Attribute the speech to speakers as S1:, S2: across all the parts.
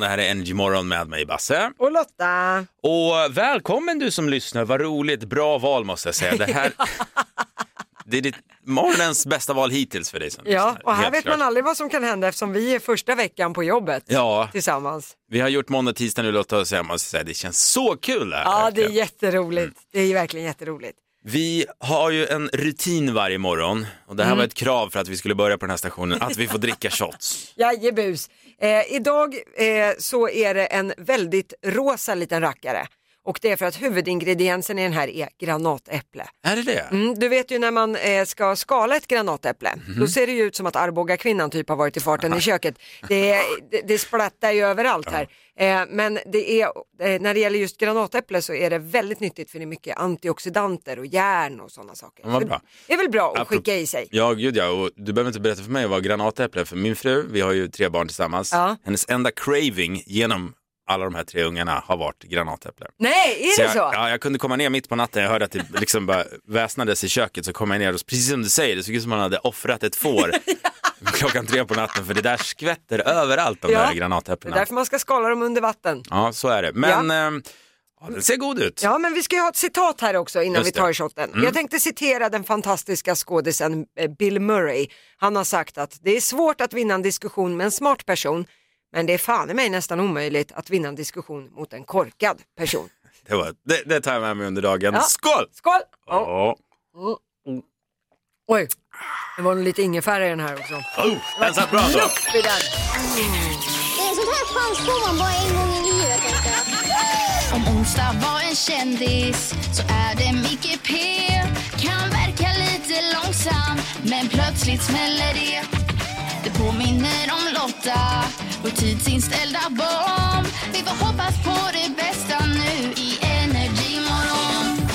S1: Det här är Energymorgon med mig Basse.
S2: Och Lotta.
S1: Och välkommen du som lyssnar, vad roligt, bra val måste jag säga. Det här det är ditt, morgonens bästa val hittills för dig som
S2: Ja,
S1: lyssnar.
S2: och här
S1: Helt
S2: vet
S1: klart.
S2: man aldrig vad som kan hända eftersom vi är första veckan på jobbet
S1: Ja,
S2: tillsammans.
S1: vi har gjort måndag, tisdag nu Lotta och så jag måste säga det känns så kul det här.
S2: Ja, det är
S1: verkligen. Mm.
S2: jätteroligt. Det är verkligen jätteroligt.
S1: Vi har ju en rutin varje morgon och det
S2: Mm.
S1: här var ett krav för att vi skulle börja på den här stationen, att vi får dricka shots.
S2: Jajebus. Eh, idag eh, så är det en väldigt rosa liten rackare och det är för att huvudingrediensen i den här är granatäpple.
S1: Är det det?
S2: Mm, du vet ju när man eh, ska skala ett granatäpple,
S1: Mhm.
S2: då ser det ju ut som att Arboga kvinnan typ har varit i farten i köket. Det, är- det, det splattar ju överallt här. Eh, men det är, eh, när det gäller just granatäpple så är det väldigt nyttigt för det är mycket antioxidanter och järn och sådana saker.
S1: Ja, vad
S2: Så
S1: bra.
S2: Det är väl bra att
S1: Apro-
S2: skicka i sig.
S1: Ja, gud ja. Och du behöver inte berätta för mig vad granatäpple är, för min fru, vi har ju tre barn tillsammans,
S2: Ja.
S1: hennes enda craving genom alla de här tre ungarna har varit granatäpple.
S2: Nej, är det
S1: jag,
S2: så?
S1: Ja, jag kunde komma ner mitt på natten, jag hörde att det liksom bara väsnades i köket, så kom jag ner och precis som du säger, det såg ut som man hade offrat ett får klockan tre på natten, för det där skvätter överallt de
S2: Ja.
S1: där
S2: Det är
S1: granatäpplena.
S2: därför man ska skala dem under vatten.
S1: Ja, så är det. Men ehm, ja. den ser god ut.
S2: Ja, men vi ska ju ha ett citat här också innan
S1: Just
S2: vi
S1: det. Mm.
S2: tar shotten. Jag tänkte citera den fantastiska skådisen eh, Bill Murray. Han har sagt att det är svårt att vinna en diskussion med en smart person, men det är fan i mig nästan omöjligt att vinna en diskussion mot en korkad person.
S1: Det, var, det, det tar jag med mig under dagen.
S2: Ja.
S1: Skål!
S2: Skål! Ja.
S1: Ja.
S2: Oj, det var nog lite ingefära i den här också.
S1: Oh, den satt bra så.
S2: Lukt i den.
S3: Det är sånt här chans får man bara en gång i livet. tänkte jag.
S4: Om onsdag var en kändis så är det Micke P Kan verka lite långsam men plötsligt smäller det Det påminner om Lotta och tidsinställda barn Vi får hoppas på det bästa nu i Energy morgon.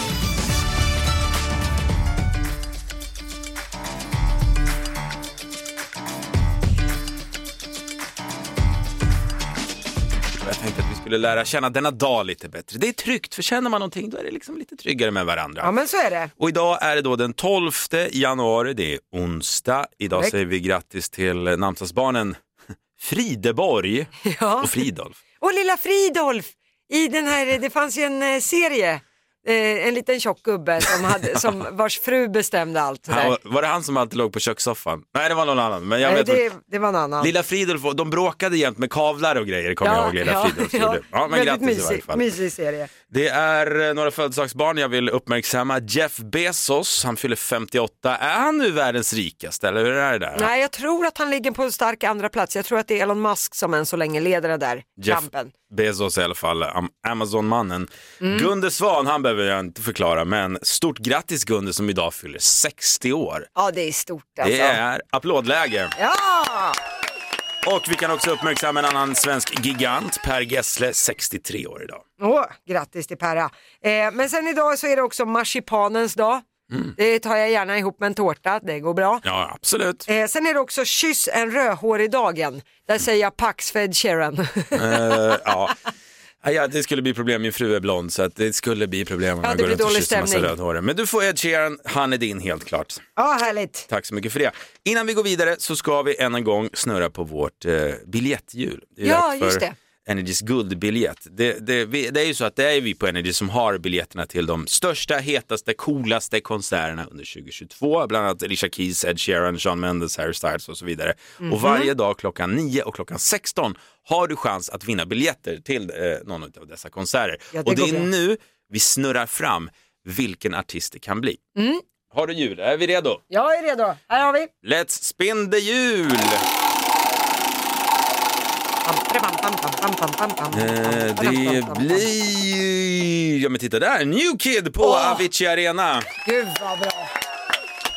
S1: Jag tänkte att vi skulle lära känna denna dag lite bättre. Det är tryggt, för känner man någonting då är det liksom lite tryggare med varandra.
S2: Ja, men så är det.
S1: Och idag är det då den 12 januari, det är onsdag. Idag
S2: Korrekt.
S1: säger vi grattis till eh, namnsdagsbarnen Frideborg
S2: Ja.
S1: och Fridolf.
S2: Och lilla Fridolf, i den här, det fanns ju en eh, serie, eh, en liten tjock gubbe som hade, som, vars fru bestämde allt. sådär.
S1: Han, var- var det han som alltid låg på kökssoffan? Nej, det var någon annan. Men jag
S2: Nej,
S1: vet
S2: det,
S1: vad-
S2: det var en annan.
S1: Lilla Fridolf, och- de bråkade jämt med kavlar och grejer, kommer jag ihåg. Lilla Fridolf gjorde. Ja, men
S2: Väldigt
S1: grattis i varje
S2: mysig,
S1: fall.
S2: mysig serie.
S1: Det är eh, några födelsedagsbarn jag vill uppmärksamma. Jeff Bezos, han fyller 58. Är han nu världens rikaste, eller hur är det där?
S2: Nej, jag tror att han ligger på en stark andra plats. Jag tror att det är Elon Musk som än så länge leder den där
S1: Jeff
S2: kampen. Mm.
S1: Bezos i alla fall, Am- Amazon-mannen. Gunde Svan, han behöver jag inte förklara, men stort grattis Gunde som idag fyller 60 år.
S2: Ja, det är stort alltså.
S1: Det är applådläge.
S2: Ja!
S1: Och vi kan också uppmärksamma en annan svensk gigant, Per Gessle, 63 år idag.
S2: Åh, grattis till Perra. Eh, men sen idag så är det också marsipanens dag.
S1: Mm.
S2: Det tar jag gärna ihop med en tårta, det går bra.
S1: Ja, absolut.
S2: Eh, sen är det också kyss en rödhårig-dagen. Där säger jag Pax Fed Sheeran.
S1: Eh, ja. Nej, Ja, det skulle bli problem, min fru är blond så att det skulle bli problem om
S2: Ja,
S1: jag
S2: det
S1: går
S2: blir
S1: runt och
S2: dålig
S1: kysser en massa
S2: stämning.
S1: rödhåriga. Men du får Ed Sheeran, han är din helt klart.
S2: ja, härligt.
S1: Tack så mycket för det. Innan vi går vidare så ska vi än en gång snurra på vårt eh, biljetthjul. Det är
S2: Ja,
S1: dags för
S2: just det.
S1: Energys guldbiljett. Det, det, vi, det är ju så att det är vi på Energy som har biljetterna till de största, hetaste, coolaste konserterna under 2022. Bland annat Alicia Keys, Ed Sheeran, Shawn Mendes, Harry Styles och så vidare.
S2: Mhm.
S1: Och varje dag klockan 9 och klockan 16 har du chans att vinna biljetter till eh, någon av dessa konserter.
S2: Ja, det
S1: och det
S2: går
S1: är
S2: bra.
S1: nu vi snurrar fram vilken artist det kan bli.
S2: Mm.
S1: Har du ljud? Är vi redo?
S2: Jag är redo. Här har vi.
S1: Let's spin the hjul! Eh, det blir... Ja men titta där, New Kid på
S2: Åh.
S1: Avicii Arena.
S2: Gud vad bra!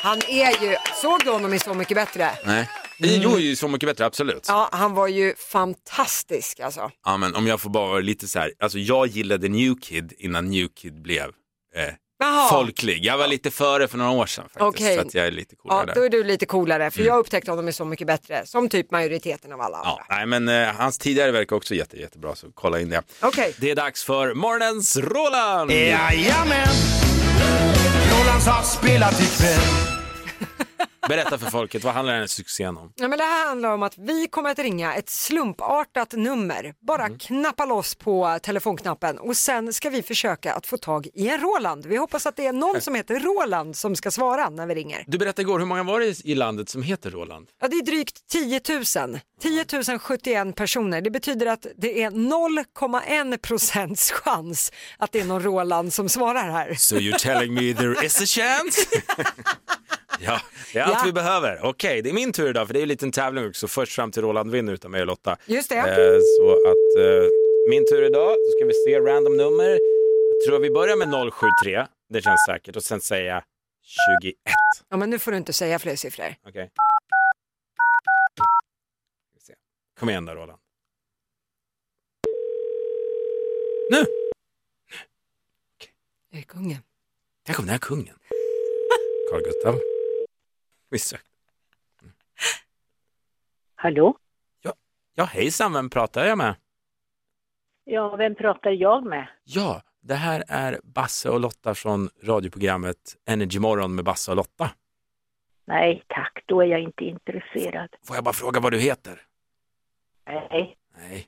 S2: Han är ju, såg du honom i Så mycket bättre?
S1: Nej. Mm. Jo, ju Så mycket bättre, absolut. Ja.
S2: Ja, han var ju fantastisk alltså.
S1: men om jag får bara vara lite så här, alltså jag gillade New Kid innan New Kid blev eh,
S2: Jaha.
S1: folklig. Jag var lite före för några år sedan faktiskt,
S2: Okej.
S1: så att jag är lite coolare
S2: Ja,
S1: där.
S2: då är du lite coolare för jag upptäckte honom i Så mycket bättre, som typ majoriteten av alla
S1: Ja,
S2: andra.
S1: nej men eh, hans tidigare verk är också jätte, jättebra, så kolla in det.
S2: Okej,
S1: Det är dags för morgonens Roland!
S5: Jajamän! Rolands har spelat ikväll
S1: Berätta för folket, vad handlar den här succén om?
S2: Ja, men det här handlar om att vi kommer att ringa ett slumpartat nummer, bara knappa loss på telefonknappen och sen ska vi försöka att få tag i en Roland. Vi hoppas att det är någon som heter Roland som ska svara när vi ringer.
S1: Du berättade igår, hur många var det i landet som heter Roland?
S2: Ja, det är drygt 10 000. 10 071 personer. Det betyder att det är 0,1 procents chans att det är någon Roland som svarar här.
S1: So you're telling me there is a chance? ja, det är allt
S2: Ja.
S1: vi behöver. Okej, det är min tur idag för det är ju en liten tävling också. Först fram till Roland vinner utan mig och Lotta.
S2: Just det.
S1: Eh, så att eh, min tur idag, då ska vi se random nummer. Jag tror vi börjar med 073, det känns säkert, och sen säga 21.
S2: Ja, men nu får du inte säga fler siffror.
S1: Okej. Ska vi se. Kom igen då Roland. Nu!
S2: Det är kungen.
S1: Tänk om den här kungen. Carl Gustav. Visst.
S5: Hallå?
S1: Ja, hejsan, vem pratar jag med?
S5: Ja, vem pratar jag med?
S1: Ja, det här är Basse och Lotta från radioprogrammet Energy Morgon med Basse och Lotta.
S5: Nej tack, då är jag inte intresserad.
S1: Får jag bara fråga vad du heter?
S5: Nej.
S1: Nej.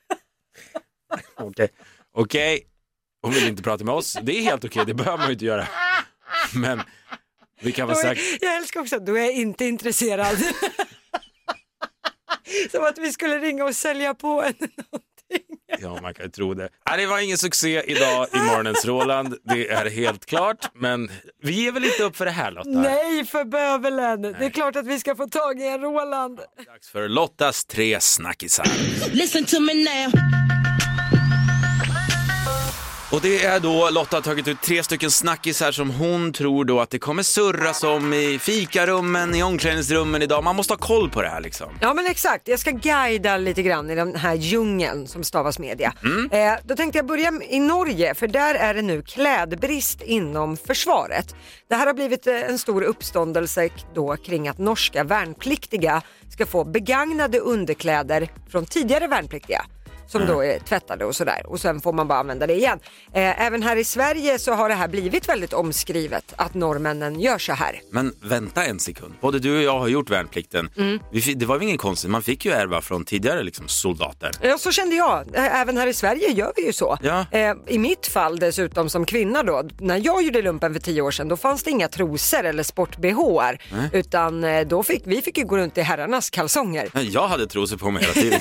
S1: Okej. Okej, hon vill inte prata med oss. Det är helt okej, det behöver man ju inte göra. Men vi kan vara
S2: Då är-
S1: säkra.
S2: Jag älskar också att du är inte intresserad. Som att vi skulle ringa och sälja på en.
S1: Ja, man kan ju tro det. Nej, det var ingen succé idag i morgonens Roland. Det är helt klart. Men vi ger väl inte upp för det här Lotta?
S2: Nej för bövelen, det är klart att vi ska få tag i en Roland.
S1: Dags för Lottas tre snackisar.
S6: Listen to me now.
S1: Och det är då Lotta har tagit ut tre stycken snackisar som hon tror då att det kommer surras om i fikarummen, i omklädningsrummen idag. Man måste ha koll på det här liksom.
S2: Ja men exakt, jag ska guida lite grann i den här djungeln som stavas media. Eh, då tänkte jag börja i Norge för där är det nu klädbrist inom försvaret. Det här har blivit eh, en stor uppståndelse k- då kring att norska värnpliktiga ska få begagnade underkläder från tidigare värnpliktiga. som då är tvättade och sådär och sen får man bara använda det igen. Eh, även här i Sverige så har det här blivit väldigt omskrivet att norrmännen gör så här.
S1: Men vänta en sekund. Både du och jag har gjort värnplikten. Vi fi- det var ju ingen konstigt. Man fick ju ärva från tidigare liksom, soldater.
S2: Ja, så kände jag. Ä- Även här i Sverige gör vi ju så.
S1: Ja.
S2: Eh, I mitt fall dessutom som kvinna då, när jag gjorde lumpen för tio år sedan då fanns det inga trosor eller sport-bh utan eh, då fick, vi fick ju gå runt i herrarnas kalsonger.
S1: Men Jag hade trosor på mig hela tiden.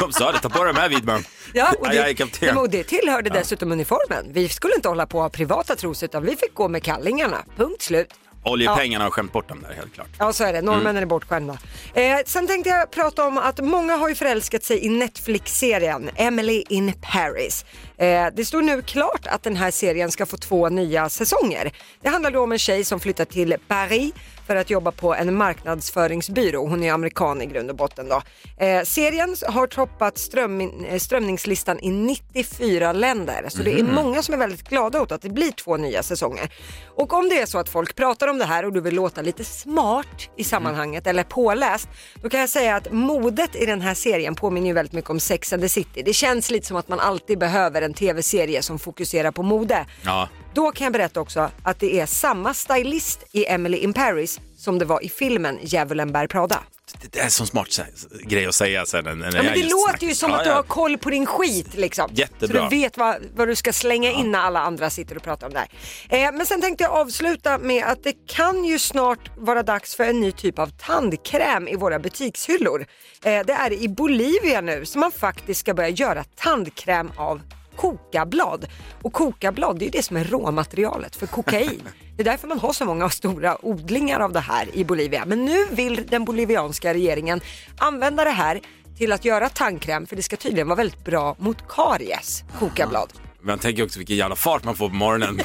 S1: De sa det, ta på dig de här Widman.
S2: Ja, och
S1: Aj, aj,
S2: det,
S1: kapten.
S2: och det tillhörde dessutom uniformen. Vi skulle inte hålla på att ha privata trosor utan vi fick gå med kallingarna. Punkt slut.
S1: Oljepengarna har skämt bort dem där helt klart.
S2: Ja så är det, norrmännen är bortskämda. Eh, sen tänkte jag prata om att många har ju förälskat sig i Netflix-serien Emily in Paris. Eh, det står nu klart att den här serien ska få två nya säsonger. Det handlar då om en tjej som flyttar till Paris för att jobba på en marknadsföringsbyrå. Hon är amerikan i grund och botten då. Eh, serien har toppat ström, eh, strömningslistan i 94 länder. Så det är många som är väldigt glada åt att det blir två nya säsonger. Och om det är så att folk pratar om det här och du vill låta lite smart i sammanhanget eller påläst, då kan jag säga att modet i den här serien påminner ju väldigt mycket om Sex and the City. Det känns lite som att man alltid behöver en tv-serie som fokuserar på mode.
S1: Ja.
S2: Då kan jag berätta också att det är samma stylist i Emily in Paris som det var i filmen Djävulen bär Prada.
S1: Det, det är en sån smart sä- grej att säga sen. När
S2: Ja, men det låter ju som att du har koll på din skit liksom.
S1: Jättebra.
S2: Så du vet vad, vad du ska slänga in när alla andra sitter och pratar om det här. Eh, men sen tänkte jag avsluta med att det kan ju snart vara dags för en ny typ av tandkräm i våra butikshyllor. Eh, det är i Bolivia nu som man faktiskt ska börja göra tandkräm av kokablad. Och kokablad det är ju det som är råmaterialet för kokain. Det är därför man har så många stora odlingar av det här i Bolivia. Men nu vill den bolivianska regeringen använda det här till att göra tandkräm för det ska tydligen vara väldigt bra mot karies, kokablad.
S1: Man tänker också vilken jävla fart man får på morgonen.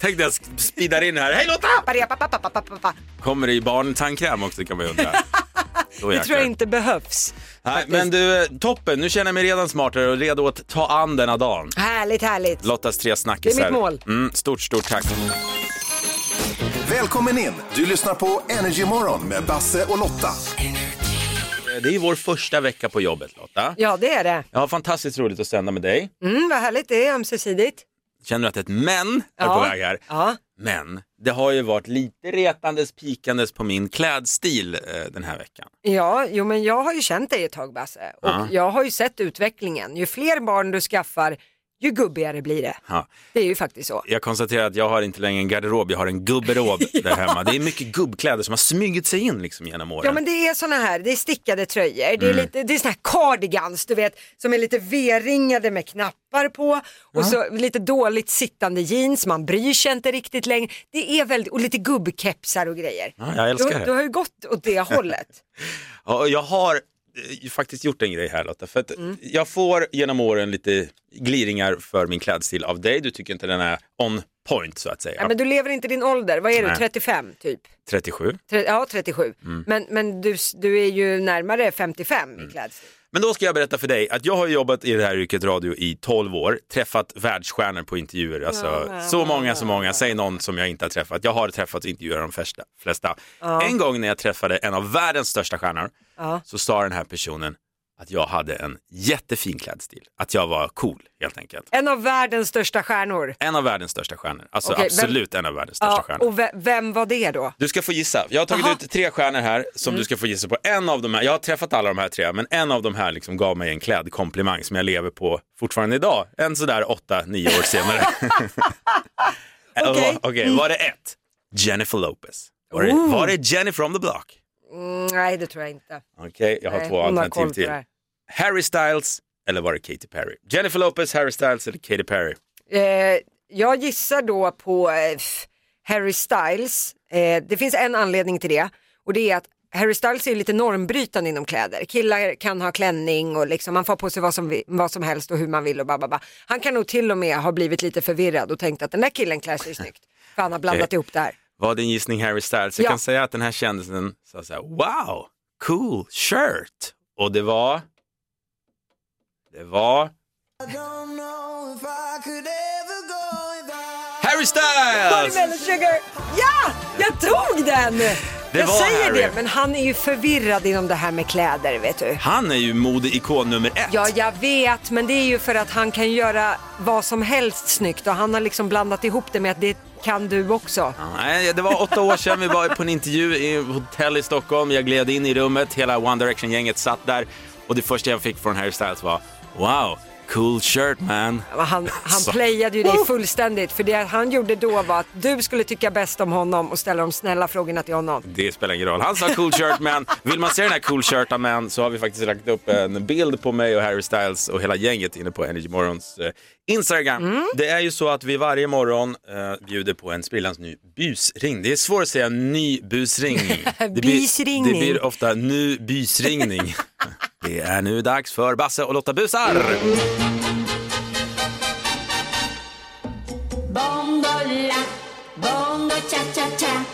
S1: Tänk dig jag sk- speedar in här. Hej Lotta!
S2: Barepapapapapapapa.
S1: Kommer det i barntandkräm också kan man ju undra. Då
S2: Det tror
S1: jäklar.
S2: jag inte behövs.
S1: Nej, men du, eh, toppen. Nu känner jag mig redan smartare och redo att ta an denna dagen.
S2: Härligt, härligt.
S1: Lottas tre snackisar.
S2: Det är mitt mål.
S1: Mm, stort, stort tack.
S7: Välkommen in! Du lyssnar på Energy Morgon med Basse och Lotta.
S1: Det är ju vår första vecka på jobbet Lotta.
S2: Ja, det Mm, är det.
S1: Jag har fantastiskt roligt att sända med dig.
S2: Mm, vad härligt det är ömsesidigt.
S1: känner du att ett men är
S2: Ja.
S1: på väg här?
S2: Ja.
S1: Men det har ju varit lite retandes, pikandes på min klädstil eh, den här veckan.
S2: Ja, jo men jag har ju känt dig ett tag Basse och
S1: Ja.
S2: jag har ju sett utvecklingen. Ju fler barn du skaffar, ju gubbigare blir det.
S1: Ja.
S2: Det är ju faktiskt så.
S1: Jag konstaterar att jag har inte längre en garderob, jag har en gubberob där hemma. Det är mycket gubbkläder som har smugit sig in liksom genom åren.
S2: Ja men det är såna här, det är stickade tröjor, det
S1: Mm.
S2: är, lite, det är såna här cardigans du vet som är lite V-ringade med knappar på och så lite dåligt sittande jeans, man bryr sig inte riktigt längre. Det är väldigt, och lite gubbkepsar och grejer.
S1: Ja, jag älskar
S2: du,
S1: det.
S2: Du har ju gått åt det hållet.
S1: Ja, och jag har eh, faktiskt gjort en grej här Lotta, för att
S2: Mm.
S1: jag får genom åren lite gliringar för min klädstil av dig. Du tycker inte den är on point så att säga.
S2: Ja. Men du lever inte din ålder, vad är du,
S1: Nej. Mm.
S2: 35 typ?
S1: 37.
S2: Tre- Ja, 37. Men, men du, s- du är ju närmare 55 i
S1: Mm.
S2: klädstil.
S1: Men då ska jag berätta för dig att jag har jobbat i det här yrket radio i 12 år, träffat världsstjärnor på intervjuer, alltså så många, så många, säg någon som jag inte har träffat. Jag har träffat och intervjuat de flesta, flesta. En gång när jag träffade en av världens största stjärnor så sa den här personen att jag hade en jättefin klädstil, att jag var cool helt enkelt.
S2: En av världens största stjärnor.
S1: En av världens största stjärnor, alltså
S2: Okej, vem-
S1: absolut en av världens största
S2: Ja,
S1: stjärnor.
S2: och ve- vem var det då?
S1: Du ska få gissa. Jag har tagit
S2: Aha. Mm.
S1: ut tre stjärnor här som du ska få gissa på. En av de här, jag har träffat alla de här tre, men en av de här liksom gav mig en klädkomplimang som jag lever på fortfarande idag. En sådär åtta, nio år senare.
S2: Okej.
S1: Okej, var det ett? Jennifer Lopez. Var det, var det Jenny from the block?
S2: Mm, nej, det tror jag inte.
S1: Okej, jag har
S2: Nej,
S1: två
S2: hon har koll
S1: alternativ
S2: på
S1: till.
S2: det här.
S1: Harry Styles eller var det Katy Perry? Jennifer Lopez, Harry Styles eller Katy Perry?
S2: Eh, jag gissar då på eh, f- Harry Styles. Eh, det finns en anledning till det och det är att Harry Styles är ju lite normbrytande inom kläder. Killar kan ha klänning och liksom, man får på sig vad som, vi- vad som helst och hur man vill och bababa. Han kan nog till och med ha blivit lite förvirrad och tänkt att den där killen klär sig snyggt. För han har blandat
S1: Okej.
S2: ihop det här.
S1: Var din gissning Harry Styles? Jag
S2: Ja.
S1: kan säga att den här kändisen sa så här, wow, cool shirt. Och det var... Det var... Harry Styles!
S2: Watermelon sugar! Ja! Jag tog den! jag
S1: var
S2: säger
S1: Harry.
S2: det, men han är ju förvirrad inom det här med kläder, vet du.
S1: Han är ju modeikon nummer ett.
S2: Ja, jag vet, men det är ju för att han kan göra vad som helst snyggt och han har liksom blandat ihop det med att det kan du också.
S1: Nej, det var åtta år sedan vi var på en intervju i ett hotell i Stockholm. Jag gled in i rummet, hela One Direction-gänget satt där och det första jag fick från Harry Styles var Wow, cool shirt man.
S2: Men Han, han
S1: Så. Oh.
S2: playade ju dig fullständigt för det han gjorde då var att du skulle tycka bäst om honom och ställa de snälla frågorna till honom.
S1: Det spelar ingen roll. Han sa cool shirt man. Vill man se den här cool shirta man så har vi faktiskt lagt upp en bild på mig och Harry Styles och hela gänget inne på Energy Morgons eh, Instagram. Det är ju så att vi varje morgon eh, bjuder på en sprillans ny busring. Det är svårt att säga ny busring. Det blir-
S2: Busringning.
S1: Det blir ofta nu busringning. Det är nu dags för Basse och Lotta busar!
S4: Bongola, bongo cha-cha-cha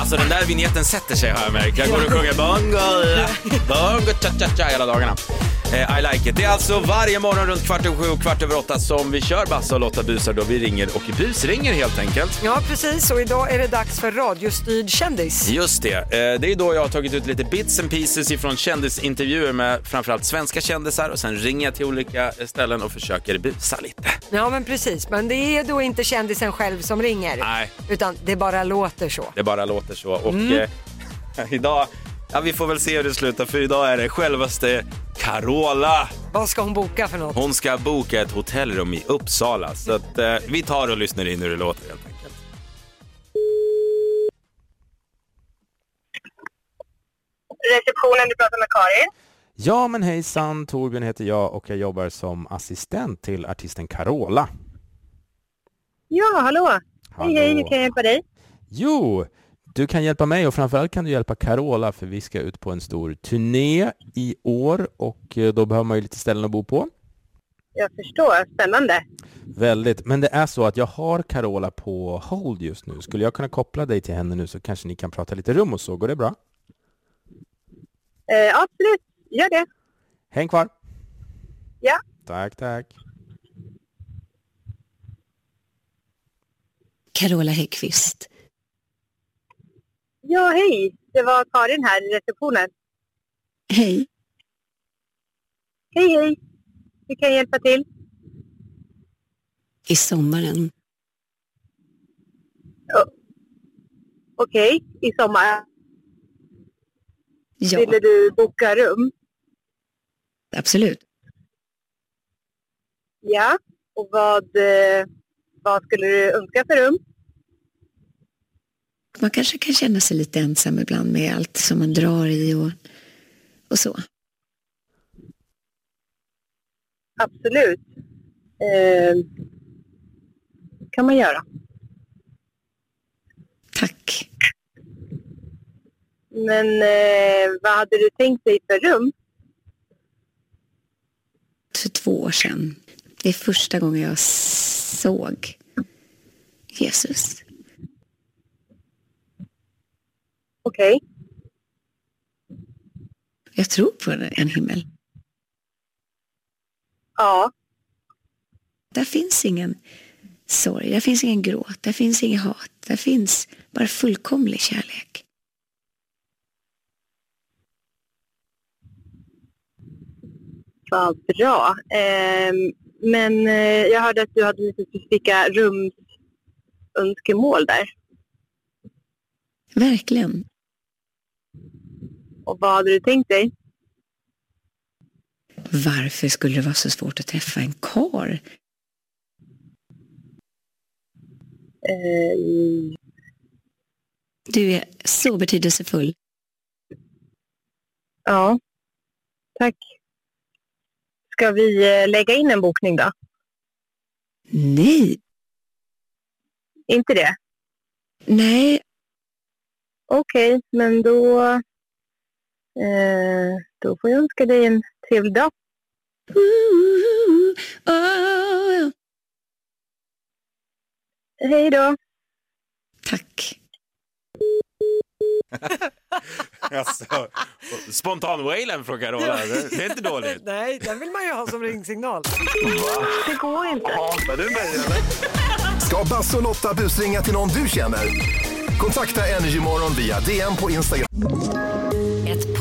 S1: Alltså den där vignetten sätter sig har jag märkt. Jag går och sjunger bongo, bongo cha cha cha hela dagarna. Eh, I like it. Det är alltså varje morgon runt kvart över sju och kvart över åtta som vi kör Bassa och Lotta busar då vi ringer och busringer helt enkelt.
S2: Ja precis och idag är det dags för radiostyrd kändis.
S1: Just det. Eh, det är då jag har tagit ut lite bits and pieces ifrån kändisintervjuer med framförallt svenska kändisar och sen ringer jag till olika ställen och försöker busa lite.
S2: Ja men precis men det är då inte kändisen själv som ringer
S1: Nej.
S2: utan det bara låter så.
S1: Det bara låter så. Och eh, idag, ja vi får väl se hur det slutar för idag är det självaste Carola
S2: Vad ska hon boka för något?
S1: Hon ska boka ett hotellrum i Uppsala. Så att, eh, vi tar och lyssnar in hur det låter helt enkelt.
S6: receptionen, du pratar med Karin.
S8: Ja men hejsan, Torbjörn heter jag och jag jobbar som assistent till artisten Carola.
S6: Ja, hallå. Hej, hej, hur
S8: Hallå.
S6: kan jag hjälpa dig?
S8: Jo, du kan hjälpa mig och framförallt kan du hjälpa Carola för vi ska ut på en stor turné i år och eh, då behöver man ju lite ställen att bo på.
S6: Jag förstår, spännande.
S8: Väldigt, men det är så att jag har Carola på hold just nu. Skulle jag kunna koppla dig till henne nu så kanske ni kan prata lite rum och så, går det bra?
S6: Eh, absolut, gör det.
S8: Häng kvar!
S6: Ja.
S8: Tack, tack.
S9: Carola Häggkvist.
S6: Ja, hej. Det var Karin här i receptionen.
S9: Hej.
S6: Hej, hej. Hur kan jag hjälpa till?
S9: i sommaren.
S6: Okej, i sommar.
S9: Ja,
S6: Ville du boka rum?
S9: absolut.
S6: Ja. Och vad, eh, vad skulle du önska för rum?
S9: Man kanske kan känna sig lite ensam ibland med allt som man drar i och, och så.
S6: Absolut. Eh, kan man göra.
S9: Tack.
S6: Men eh, vad hade du tänkt dig för rum?
S9: För två år sedan. Det är första gången jag såg Jesus.
S6: Okej.
S9: Jag tror på en- en himmel.
S6: Ja.
S9: Där finns ingen sorg, där finns ingen gråt, där finns inget hat. Där finns bara fullkomlig kärlek.
S6: Vad bra. Ehm, men eh, jag hörde att du hade lite specifika rumsönskemål där.
S9: Verkligen.
S6: Och vad hade du tänkt dig?
S9: Varför skulle det vara så svårt att träffa en kar?
S6: Ehm,
S9: Du är så betydelsefull.
S6: ja. Tack. Ska vi eh, lägga in en bokning då?
S9: Nej,
S6: Inte det?
S9: nej,
S6: Okej, men då, eh, då får jag önska dig en trevlig dag.
S9: Ooh, oh.
S6: Hej då!
S9: Tack.
S1: Alltså, Spontan-wailen från Carola, det det är inte dåligt.
S2: Nej, den vill man ju ha som ringsignal.
S6: Det går inte.
S7: Ska Basse och Lotta busringa till någon du känner? Kontakta Energymorgon via DM på Instagram.
S10: Ett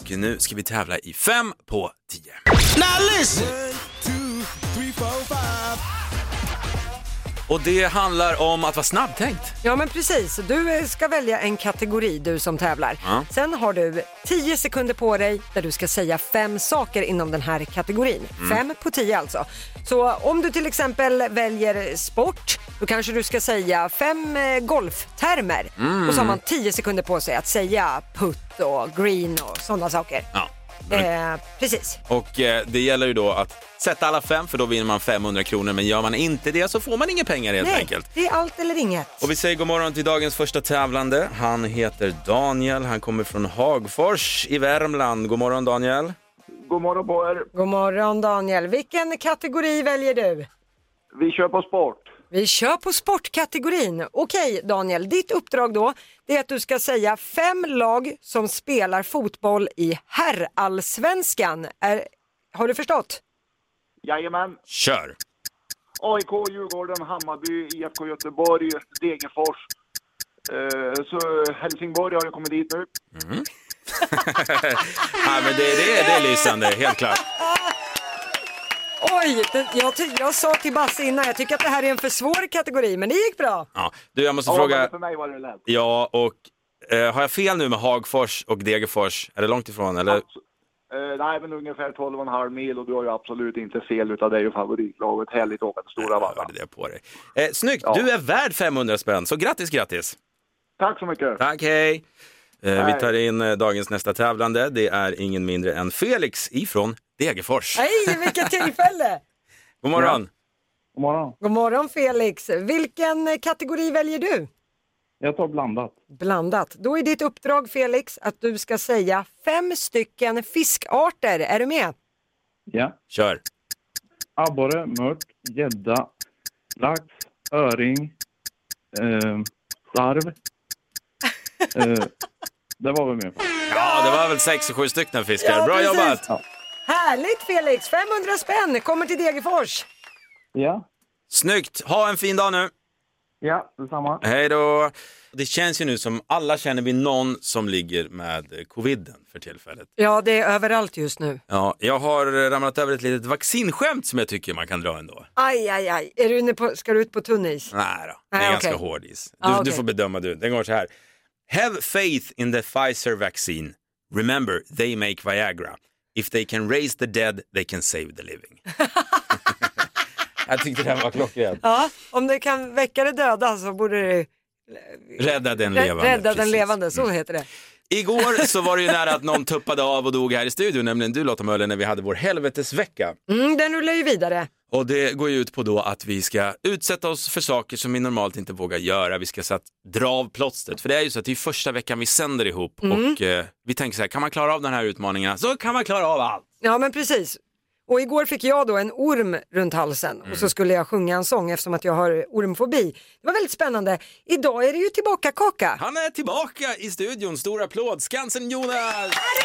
S1: Och nu ska vi tävla i fem på tio. Och det handlar om att vara snabbtänkt.
S2: Ja men precis, du eh, ska välja en kategori du som tävlar.
S1: Ja.
S2: Sen har du 10 sekunder på dig där du ska säga fem saker inom den här kategorin.
S1: Mm.
S2: Fem på tio alltså. Så om du till exempel väljer sport, då kanske du ska säga fem eh, golftermer.
S1: Mm.
S2: Och så har man 10 sekunder på sig att säga putt och green och sådana saker.
S1: Ja. Mm.
S2: Eh, precis.
S1: Och eh, det gäller ju då att sätta alla fem för då vinner man 500 kronor men gör man inte det så får man inga pengar helt
S2: Nej,
S1: enkelt.
S2: det är allt eller inget.
S1: Och vi säger god morgon till dagens första tävlande. Han heter Daniel, han kommer från Hagfors i Värmland. God morgon Daniel.
S11: God morgon på er.
S2: God morgon Daniel. Vilken kategori väljer du?
S11: Vi kör på sport.
S2: Vi kör på sportkategorin. Okej Daniel, ditt uppdrag då det är att du ska säga fem lag som spelar fotboll i herrallsvenskan. Är, har du förstått?
S11: Jajamän.
S1: Kör!
S11: AIK, Djurgården, Hammarby, IFK Göteborg, Degerfors. Eh, så Helsingborg har ju kommit dit nu.
S1: Ja, men det, det, det är lysande, helt klart.
S2: Oj, det, jag, ty- jag sa till Basse innan, jag tycker att det här är en för svår kategori, men det gick bra.
S1: Ja. Du, jag måste
S11: Ja,
S1: fråga.
S11: men För mig var det lätt.
S1: Ja, och eh, har jag fel nu med Hagfors och Degerfors? Är det långt ifrån eller?
S11: Eh, nej, men ungefär 12,5 mil och du har ju absolut inte fel utan det är ju favoritlaget. Härligt åkat Stora
S1: Jag
S11: Valla.
S1: hörde det på dig. Eh, snyggt,
S11: Ja.
S1: du är värd 500 spänn, så grattis, grattis!
S11: Tack så mycket.
S1: Tack, hej! Eh, vi
S11: Hej.
S1: tar in eh, dagens nästa tävlande. Det är ingen mindre än Felix ifrån Degerfors.
S2: Nej, vilket tillfälle!
S1: God morgon!
S11: God morgon.
S2: God morgon Felix. Vilken eh, kategori väljer du?
S11: Jag tar blandat.
S2: Blandat. Då är ditt uppdrag Felix att du ska säga fem stycken fiskarter. Är du med?
S11: Ja.
S1: Kör!
S11: Abborre, mört, gädda, lax, ehm,
S12: öring, eh, sarv. Eh, det var väl mer.
S1: Ja, det var väl sex och sju stycken fiskar.
S2: Ja,
S1: Bra
S2: precis.
S1: jobbat!
S2: Härligt Felix, 500 spänn, kommer till Degerfors.
S1: Ja. Snyggt! Ha en fin dag nu!
S12: Ja, detsamma.
S1: Hej då! Det känns ju nu som alla känner vi någon som ligger med eh, coviden för tillfället.
S2: Ja, det är överallt just nu.
S1: Ja, jag har eh, ramlat över ett litet vaccinskämt som jag tycker man kan dra ändå.
S2: Aj, aj, aj. Är du inne på, ska du ut på tunn is?
S1: Nej då, det är
S2: Nej,
S1: ganska
S2: okej.
S1: hård is. Du,
S2: Ja,
S1: du
S2: okej.
S1: får bedöma du. Den går så här. Have faith in the Pfizer vaccine. Remember, they make Viagra. If they can raise the dead, they can save the living. jag tyckte den var klockren.
S2: Ja, om det kan väcka det döda så borde det
S1: Rädda den
S2: Rä-
S1: levande.
S2: rädda den
S1: precis.
S2: levande, så heter det.
S1: Igår så var det ju nära att någon tuppade av och dog här i studion, nämligen du Lotta Möller, när vi hade vår helvetesvecka.
S2: Mm, den rullar ju vidare.
S1: Och det går ju ut på då att vi ska utsätta oss för saker som vi normalt inte vågar göra. Vi ska så att dra av plåstret, för det är ju så att det är första veckan vi sänder ihop
S2: Mm.
S1: och eh, vi tänker så här, kan man klara av den här utmaningen så kan man klara av allt.
S2: Ja, men precis. Och igår fick jag då en orm runt halsen och så skulle jag sjunga en sång eftersom att jag har ormfobi. Det var väldigt spännande. Idag är det ju tillbaka kaka.
S1: Han är tillbaka i studion, stor applåd, Skansen Jonas!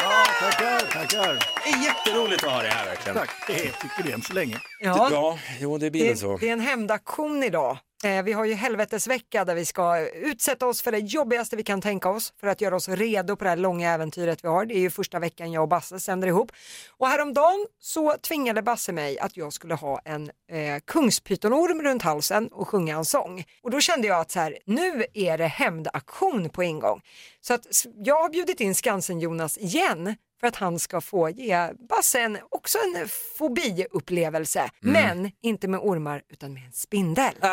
S13: Ja, tackar, tackar.
S1: Det är jätteroligt att ha dig här verkligen.
S13: Tack, jag tycker det än så länge.
S2: Ja.
S1: ja jo det är
S2: Det
S1: bilen så.
S2: är, det är en hämndaktion idag. Eh, vi har ju helvetesvecka där vi ska utsätta oss för det jobbigaste vi kan tänka oss för att göra oss redo på det här långa äventyret vi har. Det är ju första veckan jag och Basse sänder ihop. Och häromdagen så tvingade Basse mig att jag skulle ha en eh, kungspytonorm runt halsen och sjunga en sång. Och då kände jag att så här, nu är det hämndaktion på ingång. Så att s- jag har bjudit in Skansen-Jonas igen för att han ska få ge Basse en, också en
S13: Mm.
S2: fobiupplevelse. Men inte med ormar utan med en spindel.
S1: Äh,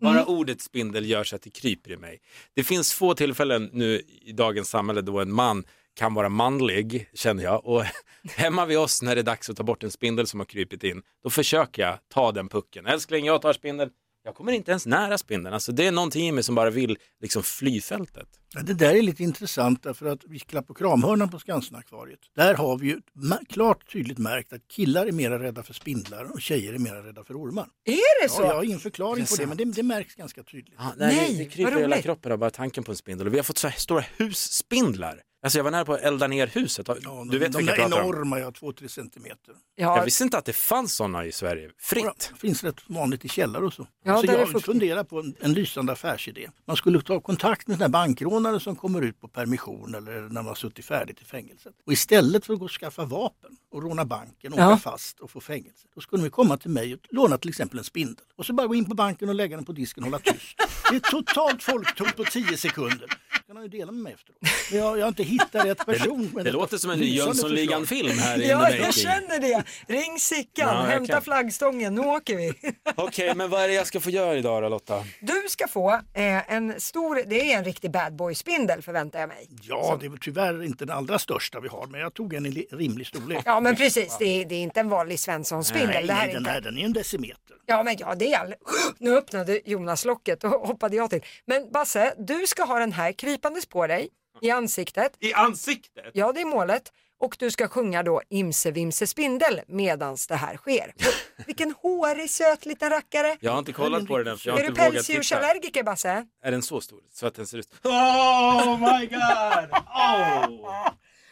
S1: Bara
S13: Mm.
S1: ordet spindel gör så att det kryper i mig. Det finns få tillfällen nu i dagens samhälle då en man kan vara manlig, känner jag. Och hemma vid oss när det är dags att ta bort en spindel som har krypit in, då försöker jag ta den pucken. Älskling, jag tar spindeln. Jag kommer inte ens nära spindeln. Alltså, det är någonting i mig som bara vill liksom fly fältet.
S13: Ja, Det där är lite intressant därför att vi klapp och kramhörnan på Skansenakvariet, där har vi ju ma- klart tydligt märkt att killar är mera rädda för spindlar och tjejer är mera rädda för ormar.
S2: Är
S13: Ja, jag har ingen förklaring på det, men det, det märks ganska tydligt.
S1: Ja, "Ah, nej, det, det kryper i hela kroppen av bara tanken på en spindel. Och vi har fått så här stora husspindlar. Alltså jag var nära på att elda ner huset. Du vet
S13: de
S1: vilka
S13: där
S1: jag pratar om.
S13: enorma, ja, två, tre centimeter.
S1: Jag visste inte att det fanns sådana i Sverige. Fritt.
S13: finns rätt vanligt i källare och så.
S1: Ja,
S13: så
S1: där är
S13: jag
S1: fort-
S13: funderar på en, en lysande affärsidé. Man skulle ta kontakt med såna här bankrånare som kommer ut på permission eller när man har suttit färdigt i fängelset. Och istället för att gå och skaffa vapen och råna banken och
S14: Ja.
S13: åka fast och få fängelse, då skulle de komma till mig och låna till exempel en spindel. Och så bara gå in på banken och lägga den på disken och hålla tyst. Det är totalt folktomt på 10 sekunder. Det kan han ju dela med mig efteråt. Men jag, jag har inte hittat rätt person. med
S1: det
S13: detta
S1: låter som en
S13: lysande
S1: Jönssonligan-film
S13: förslag.
S1: här i
S2: Ja, jag känner det. Ring Sickan,
S1: Ja, verkligen.
S2: hämta flaggstången, nu åker vi.
S1: Okej, men vad är det jag ska få göra idag då Lotta?
S2: Du ska få eh, en stor, det är en riktig bad boy-spindel förväntar jag mig.
S13: Ja, det är väl tyvärr inte den allra största vi har, men jag tog en i li- rimlig storlek.
S2: Ja men precis, det är, det är inte en vanlig Svensson-spindel.
S13: Nej,
S2: det här
S13: nej,
S2: är
S13: den
S2: inte...
S13: här den är en decimeter.
S2: Ja men ja, det är all... Nu öppnade Jonas locket och hoppade jag till. Men Basse, du ska ha den här krypandes på dig i ansiktet.
S1: I ansiktet?
S2: Ja, det är målet. Och du ska sjunga då Imse Vimse Spindel medans det här sker. Vilken hårig söt liten rackare.
S1: Jag har inte kollat på den än för jag har
S2: Är du
S1: inte vågat titta.
S2: pälsdjursallergiker Basse?
S1: Är den så stor så att den ser ut?
S2: Oh
S1: my god! Oh.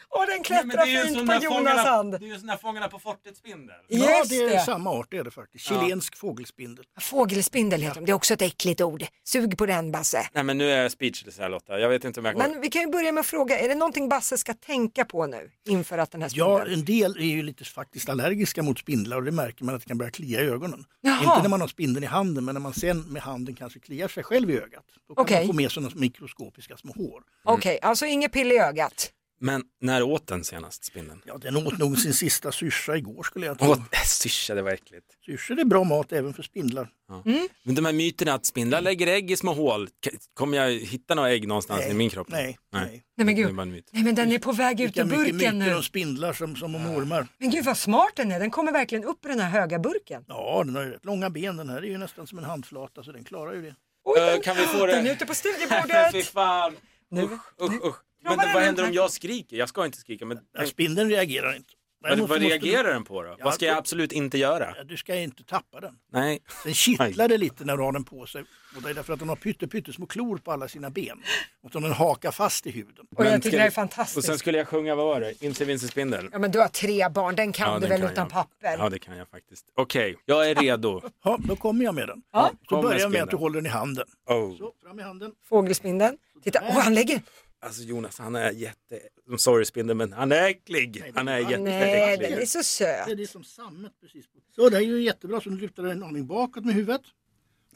S2: Och den klättrar fint på Jonas hand.
S1: Det är ju sån där Fångarna på fortet-spindel.
S13: ja,
S2: Just
S13: det är
S2: det.
S13: samma art det är det faktiskt.
S1: Ja.
S13: Chilensk fågelspindel.
S2: Fågelspindel heter de, det är också ett äckligt ord. Sug på den Basse.
S1: Nej men nu är jag speechless här Lotta. Jag vet inte om jag kommer.
S2: Men vi kan ju börja med att fråga, är det någonting Basse ska tänka på nu inför att den här spindeln?
S13: Ja, en del är ju lite faktiskt allergiska mot spindlar och det märker man att det kan börja klia i ögonen.
S2: Jaha.
S13: Inte när man har spindeln i handen, men när man sen med handen kanske kliar sig själv i ögat. Då kan
S2: Okej.
S13: man få med sådana mikroskopiska små hår.
S2: Okej, alltså inget pill i ögat.
S1: Men när åt den senast spindeln?
S13: Ja, den åt nog sin sista syrsa igår skulle jag tro.
S1: Åh, syrsa det var äckligt.
S13: Syrsor är bra mat även för spindlar.
S1: Ja. Men de här myterna att spindlar lägger ägg i små hål. K- Kommer jag hitta några ägg någonstans
S13: Nej,
S1: i min kropp?
S13: nej, nej.
S2: Nej, men
S1: Det är
S2: gud.
S1: bara en myt.
S2: Nej men den är på väg ut ur
S13: Lika mycket
S2: burken
S13: myter
S2: nu.
S13: om spindlar som, som om ormar.
S2: Men gud vad smart den är, den kommer verkligen upp ur den här höga burken.
S13: Ja, den har ju rätt långa ben. Den här är ju nästan som en handflata så den klarar ju det.
S1: Ö, Eh, kan vi få det?
S2: Den är ute på
S1: Äh, Fy
S2: studiebordet.
S1: fan. Usch, usch, usch. Men
S2: Prova den
S1: vad händer
S2: här.
S1: om jag skriker? Jag ska inte skrika men...
S13: Ja, spindeln reagerar inte.
S1: Vad, vad
S6: Däremot så Alltså, måste
S1: reagerar
S6: du-
S1: den på då?
S6: Ja,
S1: Vad ska jag absolut inte göra?
S6: Ja, Du ska inte tappa den.
S1: Nej.
S6: Den kittlar det lite när du har den på sig. Och det är därför att den har pytte, pytte små klor på alla sina ben. Och som den hakar fast i huden.
S2: Och jag Men tycker ska- det är fantastiskt.
S1: Och sen skulle jag sjunga, vad var det? Inte vinst spindel.
S2: Ja men du har tre barn, den kan
S1: Ja,
S2: du
S1: den
S2: väl
S1: kan
S2: utan
S1: jag.
S2: papper?
S1: Ja, det kan jag faktiskt. Okej, jag är redo.
S6: Ja, då kommer jag med den.
S2: Ja.
S6: Så
S1: Kom
S6: börjar jag med
S1: spindeln.
S6: att du håller den i handen.
S1: Oh.
S6: Fram i handen.
S2: Fågelspindeln. Titta, åh han lägger.
S1: Alltså Jonas, han är jätte... I'm sorry spindeln, men han är äcklig. Han är
S2: Nej,
S1: jätteäcklig.
S2: den är så söt.
S6: Det är det som sammet precis. Så det är ju jättebra, så nu lutar du en aning bakåt med huvudet.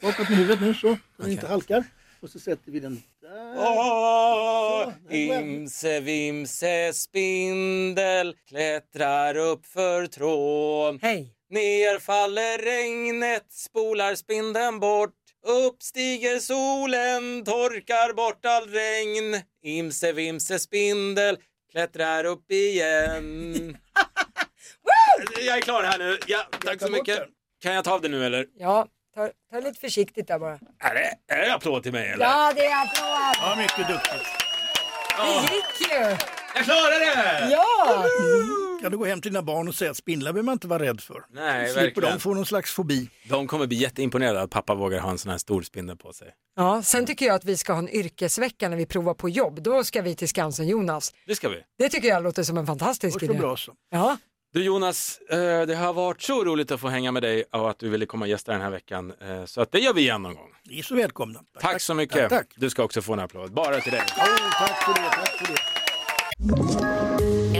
S6: Bakåt med huvudet nu så, så den inte halkar. Och så sätter vi den
S1: Åh, imse vimse spindel klättrar upp för trån.
S2: Hej.
S1: Ner faller regnet, spolar spindeln bort. Upp stiger solen, torkar bort all regn. Imse vimse spindel klättrar upp igen. Jag är klar här nu. Ja, tack så mycket. Kan jag ta av det nu eller?
S2: Ja, ta, ta lite försiktigt där bara.
S1: Är det, är det applåd till mig eller?
S2: Ja, det är applåd!
S6: Ja, mycket duktigt.
S2: Det gick ju!
S1: Jag klarade det!
S2: Ja!
S6: Kan du gå hem till dina barn och säga att spindlar behöver man inte vara rädd för.
S1: Nej,
S6: Slipper
S1: verkligen.
S6: de få någon slags fobi.
S1: De kommer bli jätteimponerade att pappa vågar ha en sån här stor spindel på sig.
S2: Ja, sen tycker jag att vi ska ha en yrkesvecka när vi provar på jobb. Då ska vi till Skansen Jonas.
S1: Det ska vi.
S2: Det tycker jag låter som en fantastisk idé.
S6: så.
S2: Ja.
S1: Du Jonas, eh, det har varit så roligt att få hänga med dig och att du ville komma och gästa den här veckan. Eh, Så att det gör vi igen någon gång.
S6: Ni är så välkomna.
S1: Tack, så mycket.
S6: Tack, tack.
S1: Du ska också få en applåd, bara till dig.
S6: tack för det, tack för det.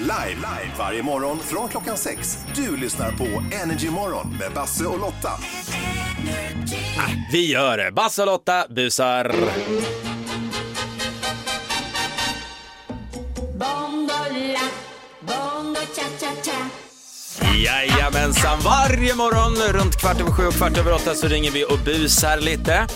S15: Live, live varje morgon från klockan sex. Du lyssnar på Energy Morgon med Basse och Lotta.
S1: Vi gör det. Basse och Lotta busar.
S10: Bongola, bongo cha cha cha.
S1: Jajamensan, varje morgon runt kvart över sju och kvart över åtta så ringer vi och busar lite.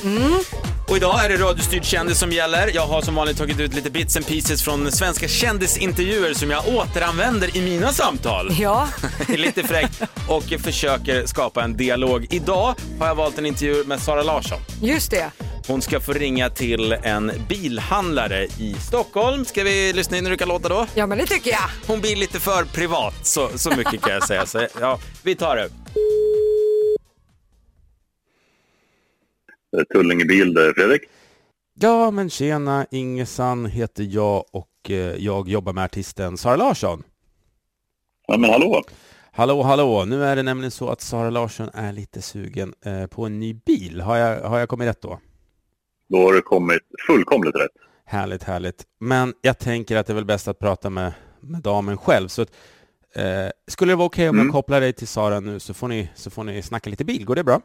S1: Och idag är det radiostyrd kändis som gäller. Jag har som vanligt tagit ut lite bits and pieces från svenska kändisintervjuer som jag återanvänder i mina samtal.
S2: Ja.
S1: lite fräckt. Och försöker skapa en dialog. Idag har jag valt en intervju med Sara Larsson.
S2: Just det.
S1: Hon ska få ringa till en bilhandlare i Stockholm. Ska vi lyssna in hur det kan låta då?
S2: Ja, men det tycker jag.
S1: Hon blir lite för privat, så, så mycket kan jag säga. Så, ja, vi tar det.
S8: Tullingebil, det är eh, Fredrik.
S16: Ja, men tjena, Ingesan heter jag och eh, jag jobbar med artisten Sara Larsson.
S8: Ja, men hallå!
S16: Hallå, hallå! Nu är det nämligen så att Sara Larsson är lite sugen eh, på en ny bil. Har jag, har jag kommit rätt då?
S8: Då har du kommit fullkomligt rätt.
S16: Härligt, härligt. Men jag tänker att det är väl bäst att prata med, med damen själv. Så att, eh, skulle det vara okej om
S8: Mm.
S16: jag kopplar dig till Sara nu så får, ni, så får ni snacka lite bil. Går det bra?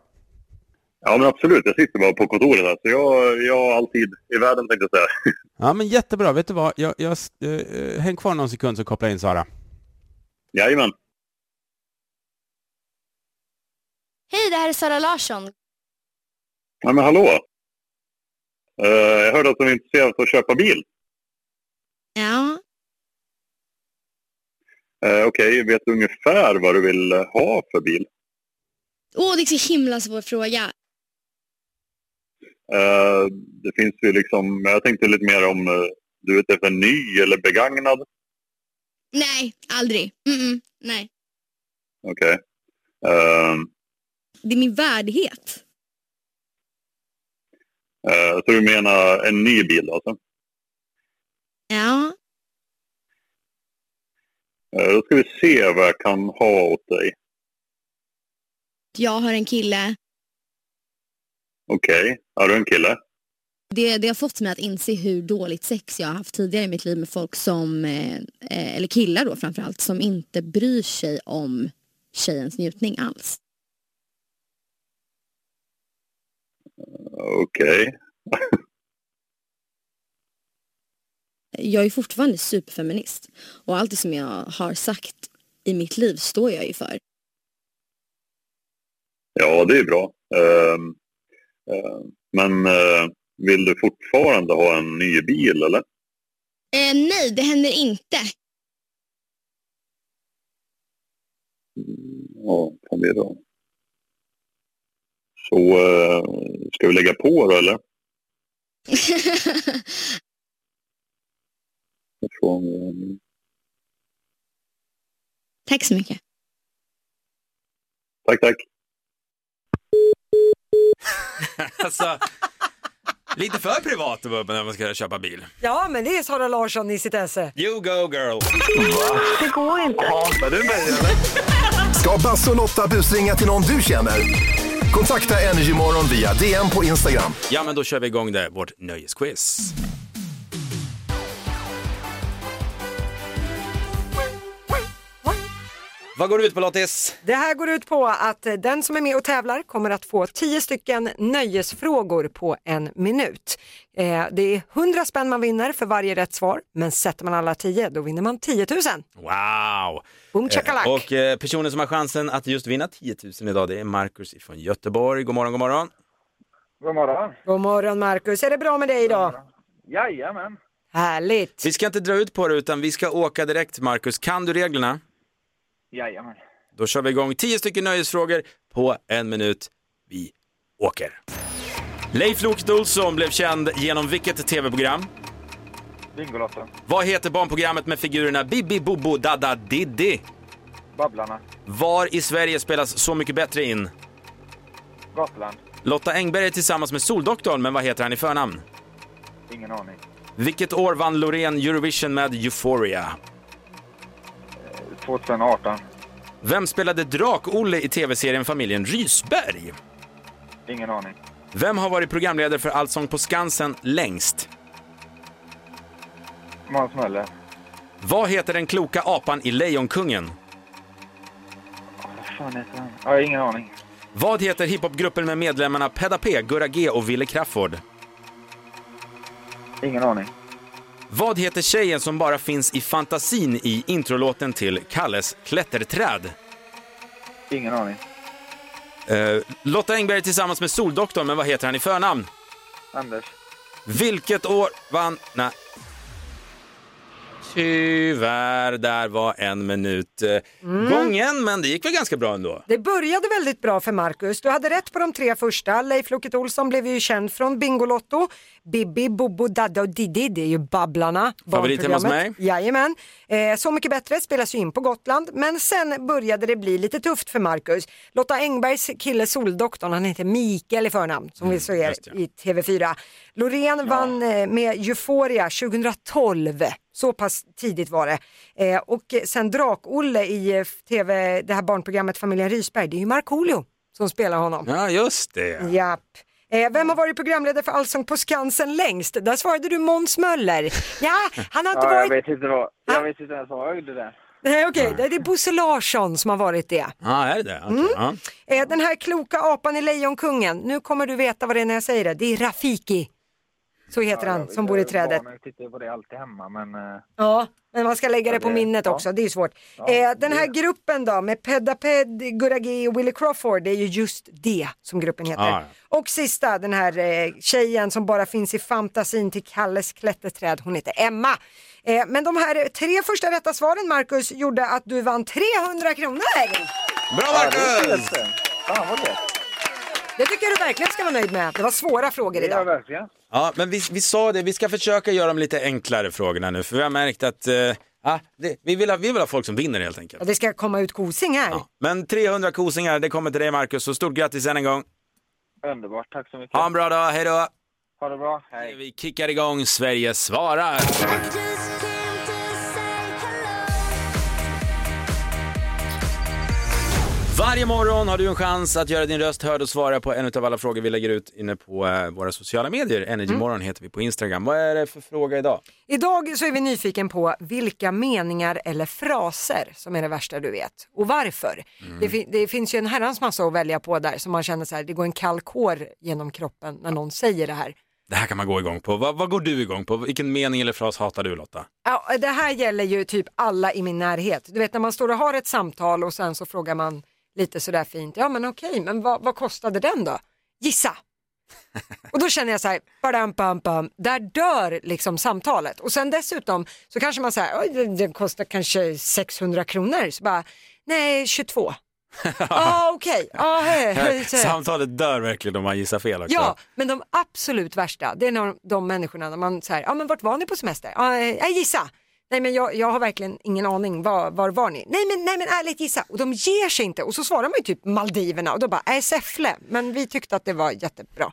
S8: Ja, men absolut. Jag sitter bara på kontoret här, så jag, jag har all tid i världen tänkte jag säga.
S16: Ja, men jättebra. Vet du vad? Jag, jag, eh, häng kvar någon sekund så kopplar jag in Sara.
S8: Jajamän.
S4: Hej, det här är Sara Larsson.
S8: Ja, men hallå! Eh, jag hörde att du är intresserad av att köpa bil.
S4: Ja.
S8: Eh, Okej, vet du ungefär vad du vill ha för bil?
S4: Åh, det är så himla svår fråga.
S8: Eh, det finns ju liksom... Jag tänkte lite mer om eh, du är ute efter en ny eller begagnad.
S4: Nej, aldrig. Mm-mm, nej.
S8: Okej. Eh,
S4: Det är min värdighet.
S8: eh, så du menar en ny bil alltså?
S4: Ja.
S8: Eh, Då ska vi se vad jag kan ha åt dig.
S4: Jag har en kille.
S8: Okej, är du en kille?
S4: Det, det har fått mig att inse hur dåligt sex jag har haft tidigare i mitt liv med folk som, eh, eh, eller killar då framförallt, som inte bryr sig om tjejens njutning alls.
S8: Okej.
S17: jag är fortfarande superfeminist och allt det som jag har sagt i mitt liv står jag ju för.
S18: Ja, det är bra.
S8: Eh,
S18: Ehm, ehm, men eh, vill du fortfarande ha en ny bil eller?
S17: Eh, nej, det händer inte.
S18: Ja, kan det då. Så eh, ska vi lägga på då eller? Jag får en-
S17: Tack så mycket.
S18: Tack, tack.
S1: alltså, lite för privat när man ska köpa bil.
S2: Ja, men det är Sara Larsson i sitt esse.
S1: You go girl!
S2: Det går inte.
S7: Ska Basse och Lotta busringa till någon du känner? Kontakta Energymorgon via DM på Instagram.
S1: Ja, men då kör vi igång det, vårt nöjesquiz. Vad går det ut på Lottis?
S2: Det här går ut på att eh, den som är med och tävlar kommer att få 10 stycken nöjesfrågor på en minut. Eh, det är 100 spänn man vinner för varje rätt svar, men sätter man alla 10 då vinner man 10 000.
S1: Wow!
S2: Boom shakalak.
S1: Eh, Och eh, personen som har chansen att just vinna 10 000 idag, det är Markus ifrån Göteborg. God morgon, god morgon.
S2: God morgon. God morgon Marcus, är det bra med dig idag?
S12: Jajamän.
S2: Härligt.
S1: Vi ska inte dra ut på det, utan vi ska åka direkt, Markus. Kan du reglerna?
S12: Jajamän.
S1: Då kör vi igång 10 stycken nöjesfrågor på en minut. Vi åker. Leif Loket Olsson blev känd genom vilket tv-program?
S12: Bingolotto.
S1: Vad heter barnprogrammet med figurerna Bibi, Bobo, Dada, Diddi?
S12: Babblarna.
S1: Var i Sverige spelas Så mycket bättre in?
S12: Gotland.
S1: Lotta Engberg är tillsammans med Soldoktorn, men vad heter han i förnamn?
S12: Ingen aning.
S1: Vilket år vann Loreen Eurovision med Euphoria?
S12: 2018.
S1: Vem spelade Drak-Olle i tv-serien Familjen Rysberg?
S12: Ingen aning.
S1: Vem har varit programledare för Allsång på Skansen längst?
S12: Måns Möller.
S1: Vad heter den kloka apan i Lejonkungen?
S12: Vad fan heter han? Jag har ingen aning.
S1: Vad heter hiphopgruppen med medlemmarna Pedda P, Gurra G och Ville Crafoord?
S12: Ingen aning.
S1: Vad heter tjejen som bara finns i fantasin i introlåten till Kalles klätterträd?
S12: Ingen aning.
S1: Eh, Lotta Engberg tillsammans med Soldoktorn, men vad heter han i förnamn?
S12: Anders.
S1: Vilket år vann... Nej. Tyvärr, där var en minut eh, gången, men det gick väl ganska bra ändå?
S2: Det började väldigt bra för Marcus. Du hade rätt på de tre första. Leif Loket Olsson blev ju känd från Bingolotto. Bibi, Bobo, Dadda och Diddi, det är ju Babblarna.
S1: Favorit hemma hos
S2: barnprogrammet. Jajamän. Eh, så mycket bättre spelas ju in på Gotland. Men sen började det bli lite tufft för Marcus. Lotta Engbergs kille Soldoktorn, han heter Mikael i förnamn som
S1: Mm,
S2: vi såg er i TV4. Loreen vann eh, med Euphoria 2012. Så pass tidigt var det. Eh, och sen Drak-Olle i eh, TV, det här barnprogrammet Familjen Rysberg, det är ju Markoolio som spelar honom.
S1: Ja, just det.
S2: Japp. Eh, Vem har varit programledare för Allsång på Skansen längst? Där svarade du Måns Möller. Ja, han har inte
S12: Ja, jag
S2: varit...
S12: vet inte vad... Jag vet inte ens vad jag gjorde där.
S2: Nej, okej, det är Bosse Larsson som har varit det.
S1: Ja, är det det? Okej, ja.
S2: Eh, Den här kloka apan i Lejonkungen, nu kommer du veta vad det är när jag säger det. Det är Rafiki. Så heter han som bor i trädet.
S12: Jag tittar på det alltid hemma, men... eh,
S2: Ja, men man ska lägga det på
S12: det-
S2: minnet också, det är ju svårt. eh, den här gruppen då med Pedaped, Gurra G och Willy Crawford, det är ju just det som gruppen heter.
S19: Ah,
S2: Och sista, den här eh, tjejen som bara finns i fantasin till Kalles klätterträd, hon heter Emma. Eh, men de här tre första rätta svaren Marcus gjorde att du vann 300 kronor!
S1: Bra Marcus!
S12: Fan vad gött!
S2: Det tycker jag du verkligen ska vara nöjd med. Det var svåra frågor idag. Ja,
S12: verkligen.
S1: Ja, men vi, vi sa det, vi ska försöka göra de lite enklare frågorna nu, för vi har märkt att eh, ah, det, vi, vill ha, vi vill ha folk som vinner helt enkelt.
S2: Det ska komma ut kosing här.
S1: Men 300 kosingar, det kommer till dig Marcus, så stort grattis än en gång.
S12: Underbart, tack så mycket.
S1: Ha en bra dag, hej då!
S12: Ha det bra, hej.
S1: Vi kickar igång Sverige svarar. Varje morgon har du en chans att göra din röst hörd och svara på en av alla frågor vi lägger ut inne på eh, våra sociala medier. Energymorgon heter vi på Instagram. Vad är det för fråga idag?
S2: Idag så är vi nyfiken på vilka meningar eller fraser som är det värsta du vet och varför. Det, fin- det finns ju en herrans massa att välja på där som man känner så här, det går en kall kår genom kroppen när någon säger det här.
S1: Det här kan man gå igång på. Vad, vad går du igång på? Vilken mening eller fras hatar du Lotta?
S2: Ja, det här gäller ju typ alla i min närhet. Du vet när man står och har ett samtal och sen så frågar man lite sådär fint, ja men okej, men vad, vad kostade den då? Gissa! Och då känner jag så här, badam, bam, bam, där dör liksom samtalet. Och sen dessutom så kanske man säger, oj den- den kostar kanske 600 kronor, så bara, nej 22. Ja ah, okej, ah, hej, hej, så här.
S1: Samtalet dör verkligen om man gissar fel också.
S2: Ja, men de absolut värsta, det är när de människorna när man säger, ja men vart var ni på semester? Ja, eh, jag gissa. Nej men jag, jag har verkligen ingen aning, var, var var ni? Nej men, nej men ärligt gissa. Och de ger sig inte och så svarar man ju typ Maldiverna och då bara, nej Säffle, men vi tyckte att det var jättebra.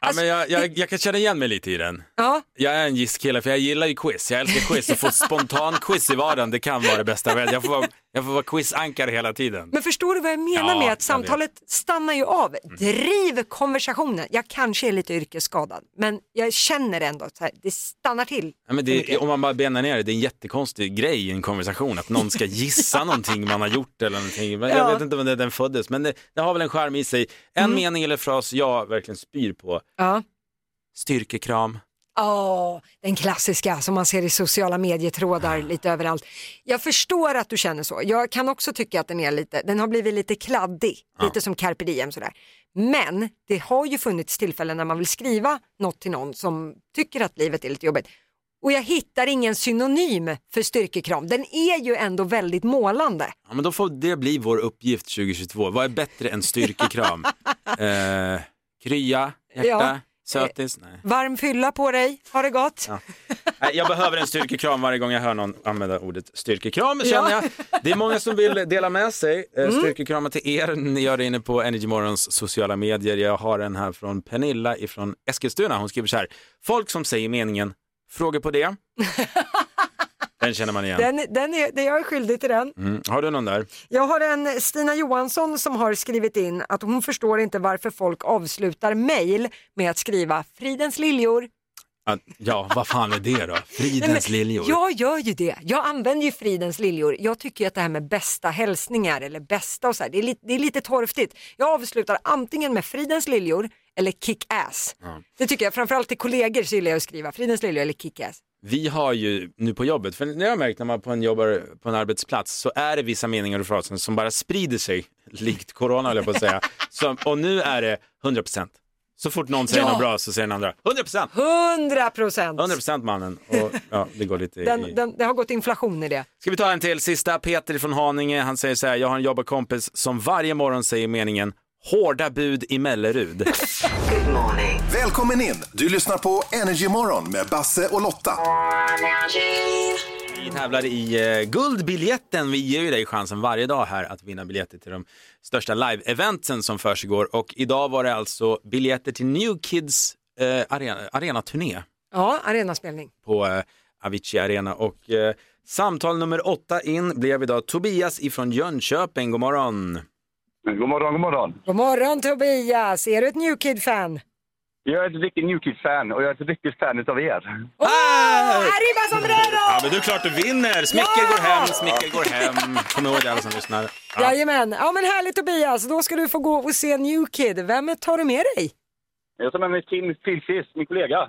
S2: Alltså,
S1: Ja, men jag, jag, jag kan känna igen mig lite i den.
S2: Ja,
S1: Jag är en gästkille för jag gillar ju quiz. Jag älskar quiz och få spontan quiz i vardagen det kan vara det bästa. av allt. Jag får vara, jag får vara quizankare hela tiden.
S2: men förstår du vad jag menar
S1: Ja, jag
S2: med att
S1: vet. Mm.
S2: samtalet stannar ju av, driv konversationen. Jag kanske är lite yrkesskadad, men jag känner ändå att så här, det stannar till.
S1: Ja, men det, om man bara benar ner det, det är en jättekonstig grej i en konversation att någon ska gissa någonting man har gjort eller någonting. Men Jag
S2: Ja. Mm.
S1: vet inte om det, den föddes, men det, det har väl en charm i sig. En mening eller fras jag verkligen spyr på.
S2: Ja.
S1: Styrkekram.
S2: Ja, den klassiska som man ser i sociala medietrådar lite överallt. Jag förstår att du känner så. Jag kan också tycka att den är lite, den har blivit lite kladdig, lite som carpe diem sådär. Men det har ju funnits tillfällen när man vill skriva något till någon som tycker att livet är lite jobbigt. Och jag hittar ingen synonym för styrkekram. Den är ju ändå väldigt målande.
S1: Ja, men då får det bli vår uppgift 2022. Vad är bättre än styrkekram? eh, krya, hjärta,
S2: Ja.
S1: sötis? Nej.
S2: Varm fylla på dig, ha det gott.
S1: Ja. Nej, Jag behöver en styrkekram varje gång jag hör någon använda ordet styrkekram känner
S2: Ja.
S1: jag. Det är många som vill dela med sig. Eh,
S2: Mm.
S1: Styrkekramar till er. Ni gör det inne på Energy Morgons sociala medier. Jag har en här från Pernilla ifrån Eskilstuna. Hon skriver så här. Folk som säger meningen, frågor på det. Den känner man igen.
S2: Den, den är, det jag är skyldig till den.
S1: Mm. Har du någon där?
S2: Jag har en Stina Johansson som har skrivit in att hon förstår inte varför folk avslutar mejl med att skriva fridens liljor.
S1: Att- Ja, vad fan är det då?
S2: Nej, men
S1: Fridens liljor.
S2: Jag gör ju det. Jag använder ju fridens liljor. Jag tycker ju att det här med bästa hälsningar eller bästa och så här, det är, lite, det är lite torftigt. Jag avslutar antingen med fridens liljor eller kick-ass.
S1: Ja.
S2: Det tycker jag, framförallt till kollegor så gillar jag att skriva fridens liljor eller kick-ass.
S1: Vi har ju nu på jobbet, för när jag har märkt när man på en jobbar på en arbetsplats så är det vissa meningar och fraser som bara sprider sig, likt corona höll jag på att säga. Som, och nu är det 100 procent. Så fort någon säger
S2: Ja.
S1: något bra så säger den andra 100 procent,
S2: 100 procent!
S1: 100 procent mannen. Och, ja, det går lite i...
S2: Den, den, det har gått inflation i det.
S1: Ska vi ta en till, sista. Peter från Haninge, han säger så här, jag har en jobbarkompis som varje morgon säger meningen hårda bud i Mellerud.
S7: Välkommen in! Du lyssnar på Energymorgon med Basse och Lotta.
S1: Vi tävlar i eh, guldbiljetten. Vi ger ju dig chansen varje dag här att vinna biljetter till de största live-eventen som försiggår. Och idag var det alltså biljetter till New Kids eh, arena, arenaturné
S2: Ja, arenaspelning.
S1: på eh, Avicii Arena. Och eh, samtal nummer åtta in blev idag Tobias ifrån Jönköping. God morgon!
S19: God morgon, god morgon.
S2: God morgon Tobias, är du ett New Kid-fan?
S19: Jag är ett riktigt New Kids-fan och jag är ett riktigt fan utav er.
S2: Åh, arriba sombrero!
S1: Ja, men det är klart du vinner! Smicker
S2: Ja!
S1: går hem, smicker går hem. Kom ihåg det alla som lyssnar. Ja.
S2: Jajamän, ja men härligt Tobias, då ska du få gå och se New Kid. Vem tar du med dig?
S19: Jag tar med mig Tim Pilsis, min kollega.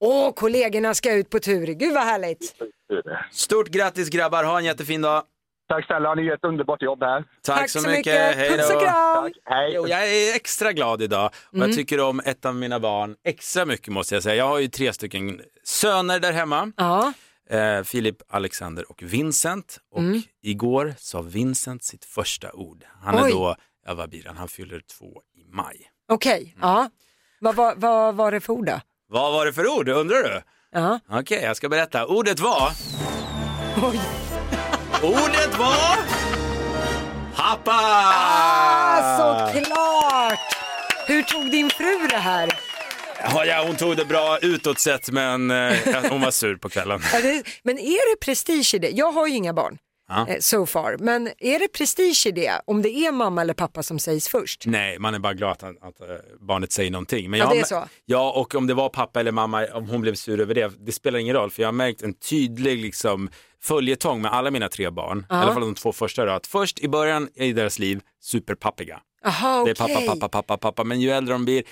S2: Åh, kollegorna ska ut på tur, gud vad härligt.
S1: Stort grattis grabbar, ha en jättefin dag!
S19: Tack snälla, ni gör ett underbart jobb här.
S1: Tack,
S19: Tack
S1: så,
S19: så
S1: mycket,
S19: mycket.
S1: hej
S19: Puss och
S1: då.
S19: kram. Tack, hej.
S1: Jo, jag är extra glad idag och
S19: Mm.
S1: jag tycker om ett av mina barn extra mycket måste jag säga. Jag har ju tre stycken söner där hemma.
S2: Ja.
S1: Eh, Filip, Alexander och Vincent. Och
S2: Mm.
S1: igår sa Vincent sitt första ord. Han är
S2: Oj.
S1: då, jag var biran, han fyller två i maj.
S2: Okej, ja. Vad var vad var det för ord då?
S1: Vad var det för ord, undrar du?
S2: Ja.
S1: Okej, jag ska berätta. Ordet var...
S2: Oj.
S1: Ordet var... Pappa!
S2: Ah, såklart! Hur tog din fru det här?
S1: Ja, ja, hon tog det bra utåt sett men eh, hon var sur på kvällen.
S2: Ja, det- Men är det prestige i det? Jag har ju inga barn.
S1: Ja.
S2: eh, So far. Men är det prestige i det om det är mamma eller pappa som sägs först?
S1: Nej, man är bara glad att, att eh, barnet säger någonting. Men
S2: Ja,
S1: jag har
S2: det är
S1: mä-
S2: så.
S1: Ja, och om det var pappa eller mamma, om hon blev sur över det, det spelar ingen roll. För jag har märkt en tydlig liksom, följetong med alla mina tre barn,
S2: Ja.
S1: i alla fall de två första. Då, att först i början i deras liv, superpappiga.
S2: Aha,
S1: Det är pappa,
S2: okej.
S1: pappa, pappa, pappa. Men ju äldre de blir,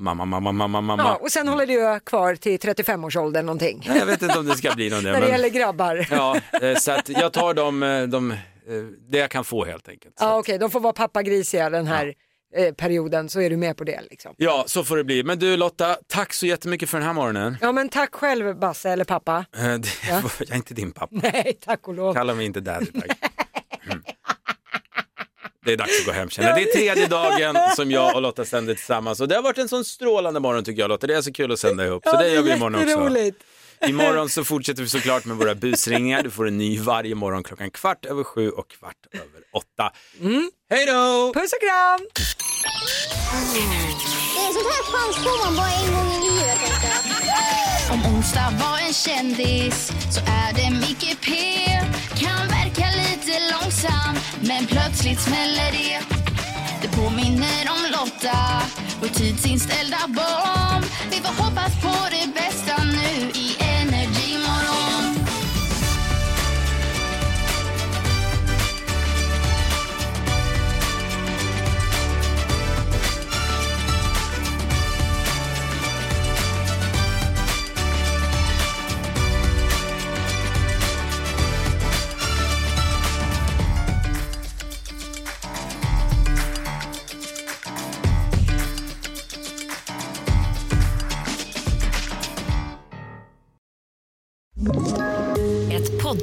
S1: Mamma, mamma, mamma, mamma.
S2: Ja, och sen håller det ju kvar till 35-årsåldern någonting.
S1: Nej, jag vet inte om det ska bli någon
S2: När det
S1: men-
S2: gäller grabbar.
S1: Ja, eh, så att jag tar de, eh, de, eh, det jag kan få helt enkelt.
S2: Ja, okej, de får vara pappagrisiga den här eh, perioden så är du med på det liksom.
S1: Ja, så får det bli. Men du Lotta, tack så jättemycket för den här morgonen.
S2: Ja men tack själv Basse eller pappa.
S1: Eh, det- Jag är inte din pappa.
S2: Nej tack och lov.
S1: Kalla mig inte daddy tack. Mm. Det är dags att gå hem känner jag. Det är tredje dagen som jag och Lotta sänder tillsammans och det har varit en sån strålande morgon tycker jag Lotta. Det är så kul att sända ihop. Så
S2: Ja,
S1: det
S2: det är
S1: gör vi imorgon också.
S2: jätteroligt.
S1: Imorgon så fortsätter vi såklart med våra busringningar. Du får en ny varje morgon klockan kvart över sju och kvart över åtta.
S2: Mm.
S1: Hej då!
S2: Puss och kram!
S3: Eh, Sånt här chans får man bara en gång i livet. Tänkte jag.
S4: Om onsdag var en kändis så är det Micke P Kan verka lite långsam men plötsligt smäller det Det påminner om Lotta och tidsinställda bomb Vi får hoppas på det bästa nu i Energy morgon
S10: Ett